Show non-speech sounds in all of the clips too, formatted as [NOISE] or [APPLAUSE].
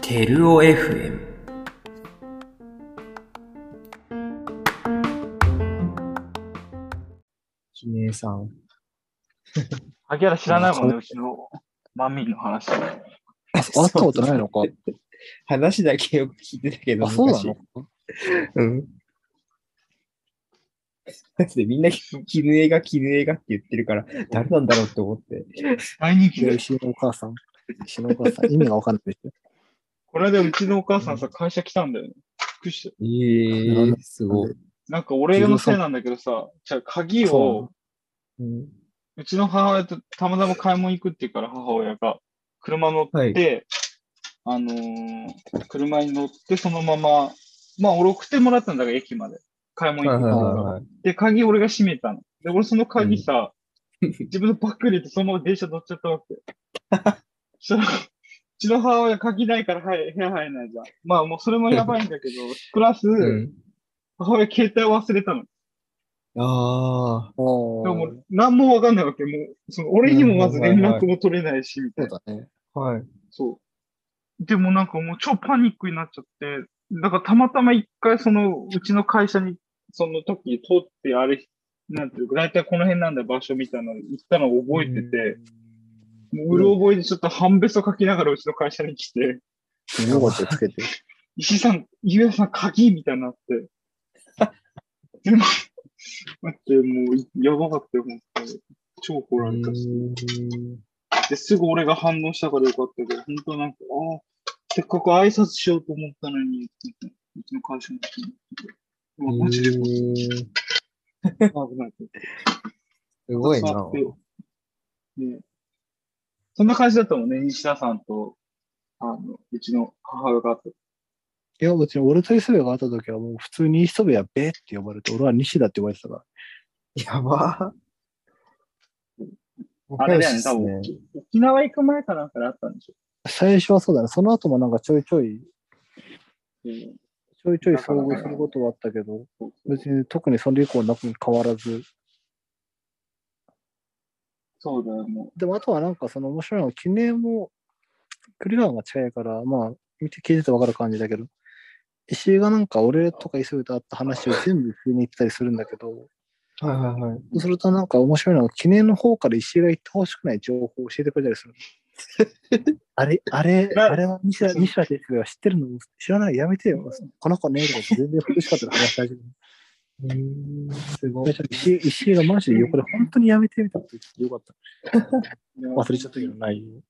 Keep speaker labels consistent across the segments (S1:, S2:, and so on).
S1: テルオ FM
S2: きねえさん。
S3: 萩原知らないもんね、
S2: うん
S3: うちのマミーの話。
S4: あ、そうあったことないのか。
S2: [LAUGHS] 話だけよく聞いてたけど、
S4: あ、そうなの
S2: 昔うん。だってみんな絹枝が絹枝がって言ってるから、誰なんだろうって思って。
S3: 大人気
S4: いや、
S3: で。
S4: 石井のお母さん。石井のお母さん。意味がわかんないですよ。
S3: この間、うちのお母さんさ、会社来たんだよね。びっくりした
S2: え
S4: なん
S2: ー
S4: だ、
S2: すごい。
S3: なんか俺のせいなんだけどさ、じゃあ鍵を、
S2: うん、
S3: うちの母親とたまたま買い物行くって言うから、母親が。車乗って、
S2: はい。
S3: あのー車に乗って、そのまま、まあ俺送ってもらったんだから、駅まで。買い物行くって言うから。
S2: はい
S3: で、鍵俺が閉めたの。で、俺その鍵さ、 [LAUGHS] 自分のバッグに入れてそのまま電車乗っちゃったわけ。そしたら、うちの母親鍵ないからはい部屋入れないじゃん。まあもうそれもやばいんだけど、プラス、
S2: うん、
S3: 母親携帯忘れたの。で
S2: ああ、
S4: お
S3: も
S4: ー
S3: う何もわかんないわけ。もう、その俺にもまず連絡も取れないし、みた
S4: そ
S3: いうな。
S4: だね。
S2: はい。
S3: そう。でもなんかもう超パニックになっちゃって、だからたまたま一回その、うちの会社に、その時通ってあれ、なんていうか、大体この辺なんだよ場所みたいなの行ったのを覚えてて、もううる覚えでちょっと半べそ書きながらうちの会社に来 [LAUGHS] て、
S4: 物事つけて。
S3: 石井さん、ゆうやさん鍵みたいになって。 [LAUGHS] でも、待って、もうやばかったよ、本当に。超怒られたし。で、すぐ俺が反応したからよかったけど、本当なんか、ああ、せっかく挨拶しようと思ったのに、うちの会社の人に。うわマジで
S2: えー
S3: 危ない。
S4: すごいな。
S3: 座ってねそんな感じだったもんね、西田さんと、あの、うちの母親があった。
S4: いや、別に俺と磯部が会った時はもう普通に磯部はべって呼ばれて、俺は西だって呼ばれてたから。
S2: やば。
S3: あれだ
S2: 仲
S3: よ
S2: 良しっ
S3: ね、
S2: す
S3: 多分、沖縄行く前かなんかであったんでしょ。
S4: 最初はそうだね。その後もなんかちょいちょい、
S3: うん
S4: ちょいちょい遭遇することはあったけど、別に特にそれ以降なく変わらず。
S3: そうだよ、も
S4: でもあとはなんかその面白いのは、記念も、クリランが近いから、まあ、見て聞いててわかる感じだけど、石井がなんか俺とか磯部と会った話を全部聞いに行ったりするんだけど、
S2: はいはいはい。
S4: そうするとなんか面白いのは、記念の方から石井が言ってほしくない情報を教えてくれたり
S3: [LAUGHS]
S4: する。あれ、あれ、
S3: な
S4: あれは西田、西田哲也は知ってるの知らない、やめてよ。この子ね、とか全然苦しかったら話し
S3: [LAUGHS]
S4: 始める。
S2: うーん、すごい。
S4: 石井石井がマジで横で本当にやめてみたこと言ってよかった。
S3: う。ね
S4: 忘れちゃったけど、ないよ。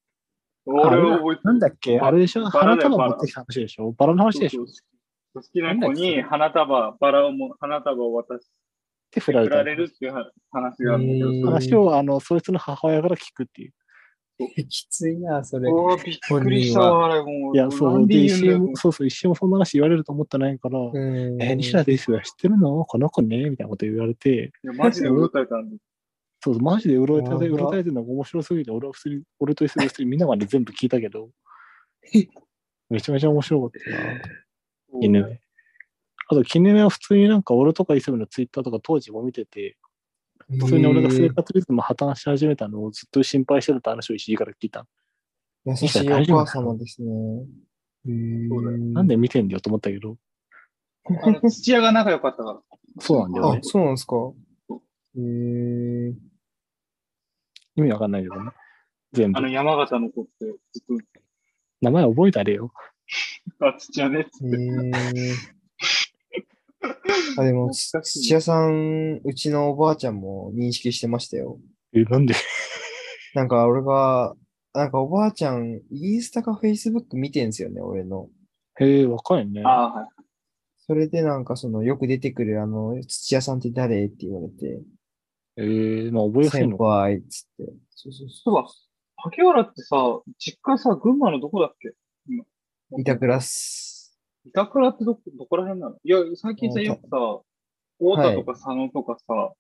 S3: 俺は覚えて
S4: なんだっけあれでしょ
S3: バラだ
S4: 花
S3: よ
S4: 束持ってきた話でしょバラの話でしょ
S3: る
S4: っ
S3: 好きな子に花束、バラをも、花束を渡して
S4: て
S3: 振
S4: 振られ
S3: ら
S4: た
S3: れるっていう話があるんだ
S2: う
S3: け
S2: ん
S3: ど、
S4: 話を、あの、そいつの母親から聞くっていう。
S2: きついな、それ。
S3: うわびっくりしたわ、あれもう。
S4: いや、そ
S3: な
S4: う。
S3: んで
S4: で、
S3: 言うん
S4: 石
S3: だ
S4: 井
S3: よ
S4: も、そうそう、石井もそんな話言われると思ってないから、
S2: うん
S4: えー、西田ですよ、知ってるのこの子ねみたいなこと言われて、
S3: いやマジで驚かれたんだよ
S4: そうそう、マジでうろた
S2: 怖
S4: え、
S2: いう
S4: ろたえてるのが面白すぎて、俺は普通に、俺と一緒に普通にみんなまで全部聞いたけど、めちゃめちゃ面白かったな、犬目。あと、絹目は普通になんか俺とか磯部のツイッターとか当時も見てて、
S2: 普
S4: 普通に俺が生活リズム破綻し始めたのをずっと心配してた話を石井から聞いた。
S2: 優しいお母様ですね。
S3: そうだよ
S4: なん
S2: ん
S4: で見てんだよと思ったけど、
S3: あの土屋が仲良かったから。
S4: そうなんだよ
S2: あ
S4: ね、。
S2: そうなんですか。えー、
S4: 意味わかんないけどね。全
S3: あ
S4: 部
S3: の。山形の子って、ずっ
S4: 名前覚えたれよ。
S3: と、あ、土屋ねっつ
S2: え
S3: って。
S2: ー。
S3: [LAUGHS]
S2: あ、でも、つ
S3: 懐かしい
S2: 土屋さん、うちのおばあちゃんも認識してましたよ。
S4: え、なんで
S2: なんか俺が、なんかおばあちゃん、インスタかフェイスブック見てんすよね、俺の。
S4: へえ、若いね。
S3: ああ、はい。
S2: それでなんかその、よく出てくるあの、土屋さんって誰って言われて、
S4: えー、まあ覚えやすい
S2: 先
S4: のか。
S2: 輩っつって。そうそう
S3: そうだ、竹原ってさ、実家さ、群馬のどこだっけ
S2: そう。板倉っす。
S3: 板倉ってどこ、どこら辺なのいや、最近さ、
S2: 大田
S3: よくさ、大田とか佐野とかさ、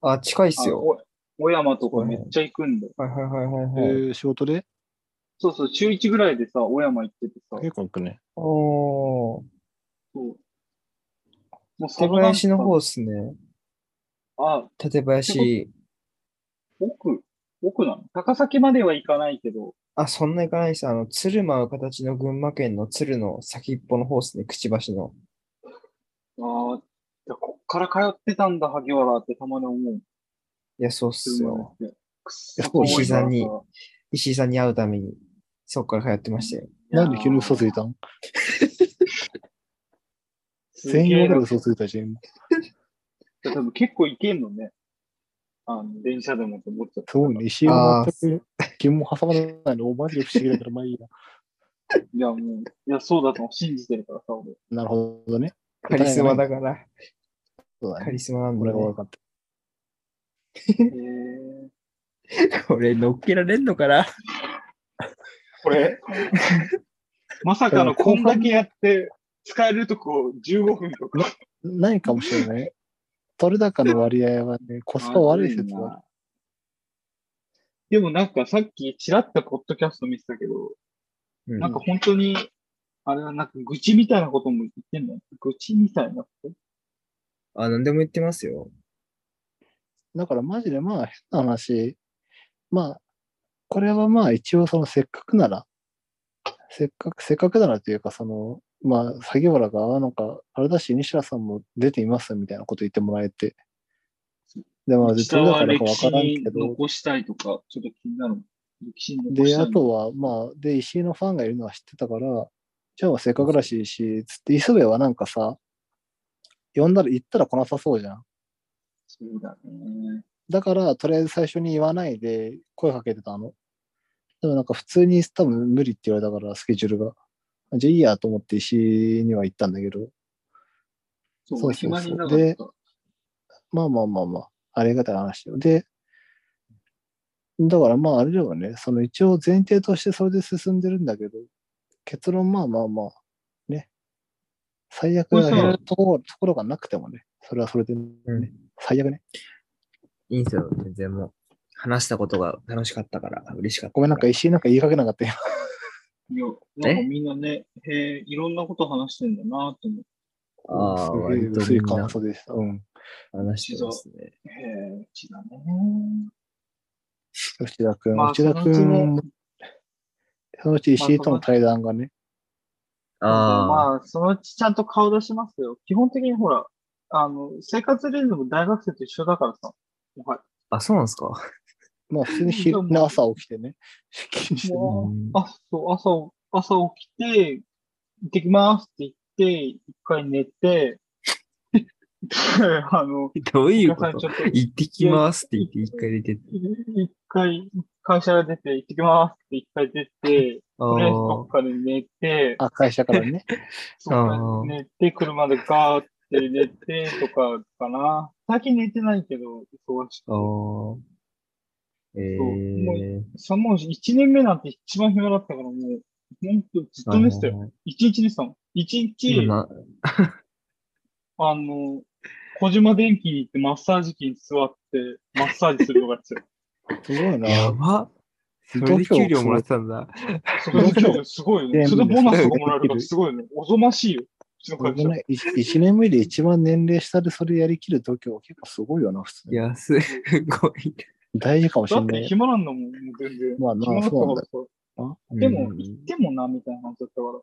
S2: あ、近いっ
S3: あ
S2: す
S3: の
S2: よ。
S3: お小山とかめっちゃ行くんだよ。
S2: はいはいはい
S4: え
S2: はいはい。
S4: ー、仕事で
S3: そうそう、中1ぐらいでさ、小山行っててさ、
S4: 結構行くね。
S2: おー、
S3: そう。もう
S2: 館林の方っすね。
S3: あ、
S2: 館林、
S3: 奥奥なの高崎までは行かないけど、
S2: あ、そんな行かないです。あの、鶴舞う形の群馬県の鶴の先っぽのホースね、くちばしの。
S3: ああ、じゃあこっから通ってたんだ、萩原ってたまに思う。
S2: いや、そうっすよ。
S3: くっそ
S4: そう
S3: 遠いからさ
S2: 膝に石井さんに会うために、そっから通ってましたよ。
S4: なんで急に嘘ついたん専用で嘘ついたし、今
S3: 多分結構行けんのね。あの、電車でもと思っちゃった。
S4: すごいね。石井は全く疑問挟まらないの、マジで不思議だから、まあいいや。
S3: いや、もう、いや、そうだと信じてるからさ、俺。
S4: なるほどね。
S2: カリスマだから、
S4: そうだ
S2: カ
S4: ね。
S2: リスマなん
S4: こ
S2: だ
S4: れ
S2: ね
S4: が分。かった。
S3: へえ。
S1: これ乗っけられんのかな
S3: これ、
S4: [LAUGHS]
S3: まさかのこんだけやって、使えるとこ15分とか。
S4: ないかもしれない。取れ高の割合はね、コスパ悪い説は。
S3: でもなんかさっきちらっとポッドキャスト見てたけど、
S2: うん
S3: なんか本当に、あれはなんか愚痴みたいなことも言ってんの愚痴みたいなこと
S2: あ、なんでも言ってますよ。
S4: だからマジでまあ変な話、まあ、これはまあ一応そのせっかくなら、せっかく、せっかくならというかその、まあ、萩原が、なんか、あれだし、西田さんも出ていますみたいなこと言ってもらえて。で、まあ、
S3: 下
S4: どれだ
S3: は
S4: から
S3: 歴
S4: かわ
S3: 史
S4: からん
S3: に
S4: けど、
S3: 残したいとか、ちょっと気になる。歴史に残し
S4: で、
S3: たい
S4: あとは、まあ、で、石井のファンがいるのは知ってたから、じゃあせっかくだし、石井、つって、磯部はなんかさ、呼んだら、行ったら来なさそうじゃん。
S3: そうだね。
S4: だから、とりあえず最初に言わないで声かけてたの。でもなんか普通に多分無理って言われたから、スケジュールが。じゃあいいやと思って石井には行ったんだけど、
S3: そう、
S4: そうそうそう
S3: 暇になかった。
S4: まあまあまあまあ、ありがたい話よ。で、だからまああれだよね、その一応前提としてそれで進んでるんだけど、結論まあまあまあ、ね。最悪
S3: これさ
S4: なところところがなくてもね、それはそれでね、
S2: うん
S4: 最悪ね。
S2: いいんですよ、全然もう。話したことが楽しかったから、嬉しかった。
S4: ごめんなんか、石井なんか言いかけなかったよ。
S3: いや、なんかみんなね、へえ、いろんなこと話してんだなって思って。
S2: ああ、
S4: すごい
S2: 割と
S4: 薄
S2: み
S4: い
S2: んな
S4: 感想でした。うん。
S2: 話してますね。
S3: へえ、うちだね。
S4: 内田君、
S3: まあ
S4: 内田君
S3: そのう
S4: も、そのうち石井との対談がね、
S2: ああ、
S3: まあ、そのうちちゃんと顔出しますよ。基本的にほら、あの、生活リズム大学生と一緒だからさ。はい。
S2: あ、そうなんですか。
S4: まあ普通に昼
S3: まあ
S4: 朝起きてね、出勤してね、
S3: も
S2: うん
S3: うあ、そう、朝、朝起きて、行ってきますって言って、一回寝て、 [LAUGHS] あの、
S2: どういうこ
S3: 皆さんち
S2: と
S3: ょっと
S2: 行ってきますって言って、一回出てって。
S3: 一回、会社が出て、行ってきますって一回出て、
S2: あ
S3: とりあえ
S2: あ
S3: ずどっ、かで寝て、
S4: あ、会社からね、
S3: そう寝て、車でガーって寝てとかかな。最近寝てないけど、忙しく
S2: ああ。え
S3: も
S2: え。
S3: て。さもう1年目なんて一番暇だったからもう、ほんとずっと寝てたよ。
S2: あの
S3: 1日寝てたの。1日、
S2: 今な
S3: あの、小島電機に行ってマッサージ機に座って、マッサージするとかや
S4: [LAUGHS]
S3: ってたよ。
S4: すごいな。
S2: やば。それで給料もらってたんだ。
S3: それだけですごいよね。それでボーナスとかもらえるからすごいよね。おぞましいよ。うちの
S4: すご
S3: 会
S4: く
S3: 社。
S4: ない一一年目で一番年齢下でそれやりきる度胸は結構すごいよな、普通に。
S2: 安い。す [LAUGHS] ごい。
S4: 大事かもし
S3: だ
S4: れ
S3: っ
S4: な
S3: て
S4: い。
S3: 暇なんだもん、もう全然。
S4: まあま
S3: 暇だ
S4: あ
S3: った
S4: そうなん
S3: か
S4: だ
S3: らさ。
S2: で
S3: でも、行ってもな、みたいな話だったから。と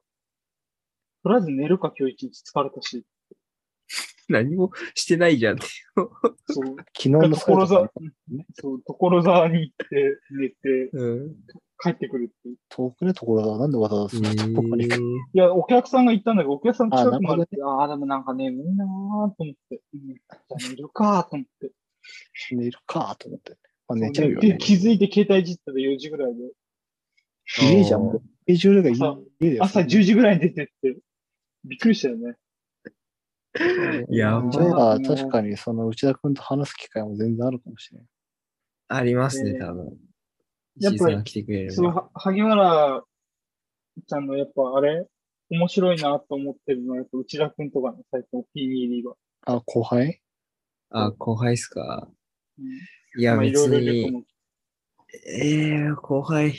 S3: りあえず寝るか、今日一日疲れたし。
S2: 何もしてないじゃんって。
S4: [LAUGHS]
S3: そう、
S4: 昨日のそ
S3: 所
S4: れとか
S3: 沢、そう、所沢に行って、寝て、
S2: うん。
S3: 帰ってくるっていう。
S4: 遠くね、ところだ。なんでわざわざそっちっぽくに行く、
S3: いや、お客さんが行ったんだけど、お客さん近くまで
S4: あなるほどね
S3: 行って、ああ、でもなんかね、みんなーと思って、うん、じゃあ寝るかーと思って。
S4: 寝るかと思って。まあ、寝ちゃうよ
S3: で
S4: ね。
S3: 気づいて携帯いじったら4時ぐらいで。
S4: 家じゃん、もう。スケジュールが家
S3: 朝
S4: 家だよ。
S3: 朝10時ぐらいに出てって。びっくりしたよね。
S2: やば
S4: じゃあ、確かにその内田君と話す機会も全然あるかもしれない。
S2: ありますね、
S3: えー
S2: 多分。
S3: やっ
S2: 石井さ
S3: ぱり
S2: んが来てくれれ
S3: その
S2: ば。
S3: は萩原ちゃんのやっぱあれ、面白いなと思ってるのは、やっぱ内田くんとかの最近お気に入りが。
S4: あ、後輩
S2: あ、後輩っすか。
S3: うん
S2: いや、
S3: まあ
S2: 別
S3: いろいろいると
S2: に
S3: 思。う
S2: えー、後輩。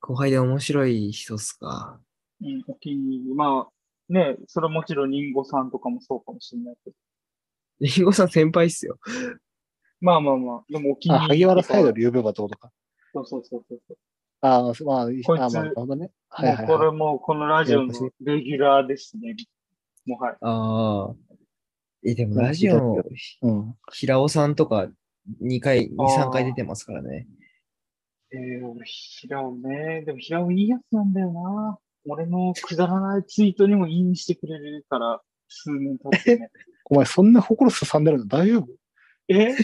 S2: 後輩で面白い人っすか。
S3: うん、お気に入り。まあ、ね、それはもちろんリンゴさんとかもそうかもしれないけど。
S2: りんごさん先輩っすよ。
S3: まあまあまあ、でもお気に
S4: あ、
S3: 入り
S4: 萩原サイドで呼べばどうとか。
S3: そうそうそうそう。
S4: ああ、まあ、いい
S3: こいつ
S4: あまあ、なるほどね。はいは
S3: もう
S4: い、
S3: こ
S4: は
S3: れもうこのラジオのレギュラーですね。もはや。
S2: ああ。え、でもラジオの
S4: い。うん。
S2: 平尾さんとか2回、2、
S3: あー
S2: 3回出てますからね。
S3: えー、俺、平尾ね。でも平尾いいやつなんだよな。俺のくだらないツイートにもいいにしてくれるから、数年経って [LAUGHS] ね。
S4: お前、そんな心すさんでるの大丈夫
S3: [LAUGHS] え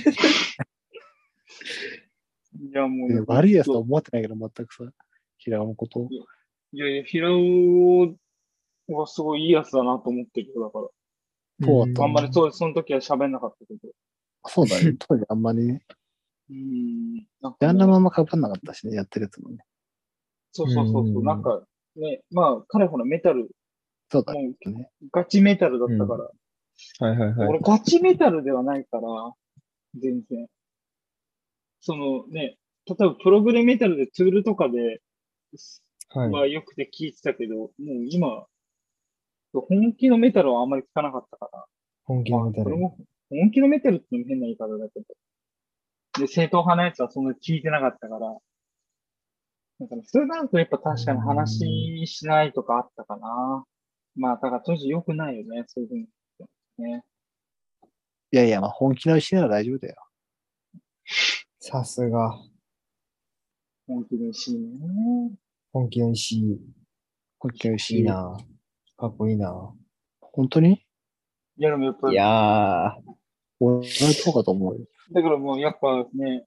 S3: いや、もう、
S4: ね悪いやつとは思ってないけど、全くさ、平尾のことを。
S3: いやいや、平尾はすごいいいやつだなと思ってるよ、だから。
S4: そうだった
S3: あんまりそう、その時は喋んなかったけど。
S4: そうだね。 [LAUGHS] 当時あんまりね。
S3: うん。なんか
S4: ジャン
S3: ね
S4: ルもあんまかぶんなかったしね、やってるやつもね。
S3: そうそうそうそうう。
S2: ん
S3: なんか、ね、まあ、彼ほらメタル、
S4: そうだ
S3: もう
S4: ね。
S3: ガチメタルだったから。
S1: はいはいはい。
S3: 俺ガチメタルではないから、全然。そのね、例えばプログレメタルでツールとかで
S2: はい。
S3: はよくて聞いてたけど、もう今、本気のメタルはあんまり聞かなかったから。
S2: 本気のメタ
S3: それ
S2: ル。
S3: も本気のメタルっていうのも変な言い方だけど。で、正統派のやつはそんな聞いてなかったから。だから、それなるとやっぱ確かに話しないとかあったかな。まあ、だから、とにかく良くないよね、そういうふうに。ね。
S4: いやいや、まあ本気の石なら大丈夫だよ。
S2: さすが。
S3: 本気のしいね。
S2: 本気の石井。
S4: 本気の石。
S2: いい。な。かっこいいな。
S4: 本当に
S3: いや、でもやっぱ
S2: い、やー。
S4: 俺はそうかと思うよ。
S3: だからもうやっぱね、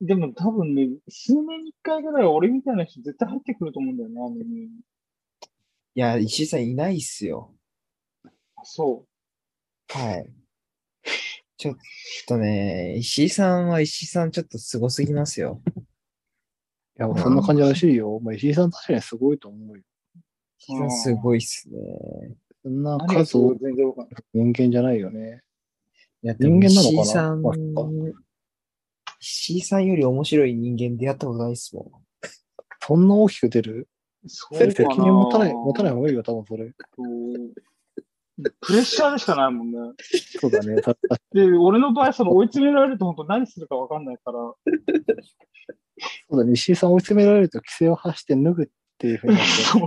S3: でも多分ね、数年に一回ぐらいは俺みたいな人絶対入ってくると思うんだよね、あのね
S2: いや、石井さんいないっすよ。
S3: あそ
S2: はい。 [LAUGHS] ちょっとね、石井さんは石井さんちょっとすごすぎますよ。
S4: いや、まあそんな感じらしいよ。まあ石井さん確かにすごいと思うよ。
S2: 石井さんすごいっすね。
S4: そん
S3: う。
S4: な
S3: 何が
S4: 数
S3: そう
S4: 多い
S3: 全然わかんない。
S4: 人間じゃないよね。
S2: いや
S4: 人間なのか
S2: 石
S4: な
S2: 井さん
S4: まあそっ、
S2: 石井さんより面白い人間出会ったことないっすもん。
S4: そんな大きく出る
S3: そうかな
S4: 責任持たない、持たない方がいいよ、多分それ。
S3: うんプレッシャーでしかないもんね。
S4: そうだね。た
S3: で、俺の場合、その追い詰められると本当何するか分かんないから、
S4: [LAUGHS] そうだね。石井さん追い詰められると規制を発して脱ぐっていうふうにな [LAUGHS] って、
S3: そ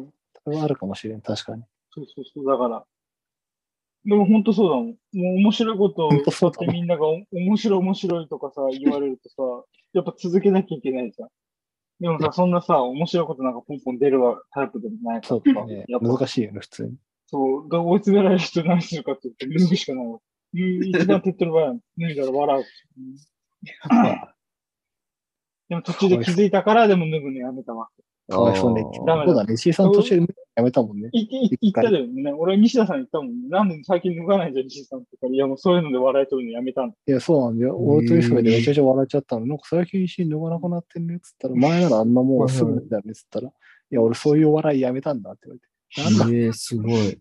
S3: う
S4: それはあるかもしれん。確かに。
S3: そうそうそう、だから。でも本当そうだもん。もう面白いことを
S4: 本当そうだ
S3: って
S4: もん
S3: みんながお面白い面白いとかさ、言われるとさ、やっぱ続けなきゃいけないじゃん。でもさ、そんなさ、面白いことなんかポンポン出るわタイプでもないか
S4: そ
S3: ら
S4: うだ
S3: さ、
S4: ね
S3: や。っぱ
S4: 難しいよね、普通に。
S3: そう、が追い詰められる人何するかって言って脱ぐしかないわ。うん一番手っ取り早いの。脱いだら笑う。でも途中で気づいたから、でも脱ぐのやめたわ。
S4: かわいそうね。
S2: あー
S4: そうだね。石井さん途中でやめたもんね。
S3: いい言っただよね。俺は西田さんに言ったもんね。なんで最近脱がないじゃん、西田さんとか。いや、もうそういうので笑い取るのやめたんだ。
S4: いや、そうなんだよ。俺とイスメでめちゃめちゃ笑っちゃったの。なんか最近石井脱がなくなってんねっつったら、前ならあんなもうすぐだねっつったら、いや、俺そういう笑いやめたんだって言われて。なんだ、
S2: えー、すごい。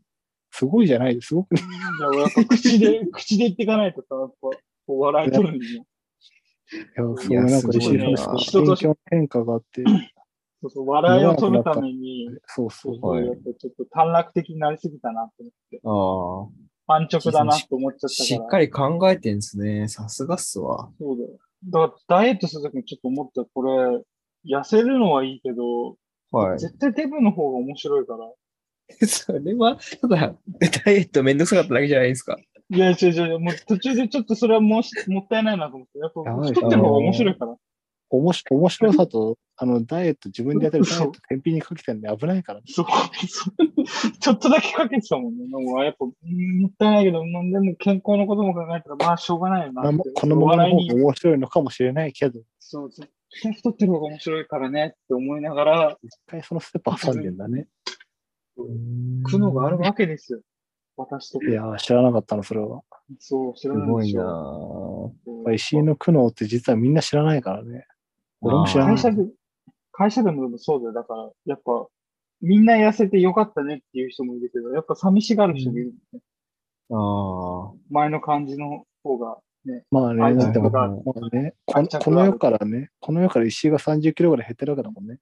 S4: すごいじゃないすごくね。
S3: いや、俺やっぱ口で、口で言っていかないとさ、やっぱ、こう笑い取るのよ。
S4: いや、すごいなんか石井さんの
S2: す
S3: ごいね
S4: 心境の変化があって、
S3: そうそう、笑いを取るために、
S4: そうそ
S3: そう
S4: う。
S3: そう、やっぱちょっと短絡的になりすぎたなって
S2: あ
S3: 思って、安直だなって思っち
S2: あ。
S3: ゃったから。
S2: しっかり考えてんすね。さすがっすわ。
S3: そうだよ。だから、ダイエットするときにちょっと思った、これ、痩せるのはいいけど、
S2: はい。
S3: 絶対デブの方が面白いから。
S2: [LAUGHS] それは、ただ、ダイエットめんどくさかっただけじゃないですか。
S3: いや、違う違う、もう途中でちょっとそれはもうしもったいないなと思って、やっぱ
S4: やばい
S3: 太ってる方が面白いから。
S4: おもし面白さと、あの、ダイエット、自分でやってるダイエット、天秤にかけてるんで危ないから。
S3: そう、そうちょっとだけかけてたもんね。でもやっぱ、うんもったいないけど、まあでも健康のことも考えたら、まあしょうがないよなって。
S4: このまま
S3: お
S4: の方
S3: 笑い
S4: が
S3: に、
S4: 面白いのかもしれないけど、一
S3: そう、絶対太ってる方が面白いからねって思いながら、
S4: 回そのステップ挟んでんだね。
S3: 苦悩があるわけですよ。私とか
S4: い。やー、知らなかったの、それは。
S3: そう、知
S2: す
S3: らない
S2: ご
S3: で
S2: い
S3: し
S2: な
S3: ょ。
S2: ぁ。
S3: そう
S4: まあ石井の苦悩って実はみんな知らないからね。俺も知らな
S3: 会
S4: い。
S3: 社で、会社でもでもそうだよ。だから、やっぱ、みんな痩せてよかったねっていう人もいるけど、やっぱ寂しがる人もいる。
S2: ああ。
S3: 前の感じの方が、
S4: まあ
S3: あ
S4: ね、だってもう、
S3: が
S4: まあねこの
S3: 愛着がある
S4: この世からね、この世から石井が30キロぐらい減ってるわけだもんね。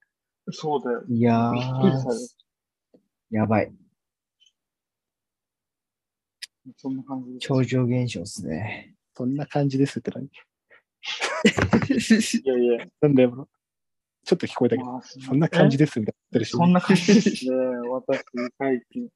S3: そうだよ。
S2: いや
S3: びっくりされ
S2: ー
S3: る。
S2: やばい。
S3: そんな感じです。
S2: 超常現象っすね。
S4: そんな感じですって何
S3: いやいや、
S4: なんだよ、これちょっと聞こえたけど、
S3: まあ
S4: そんな感じですみたいになってるし
S3: そんな感じですね、私、最近。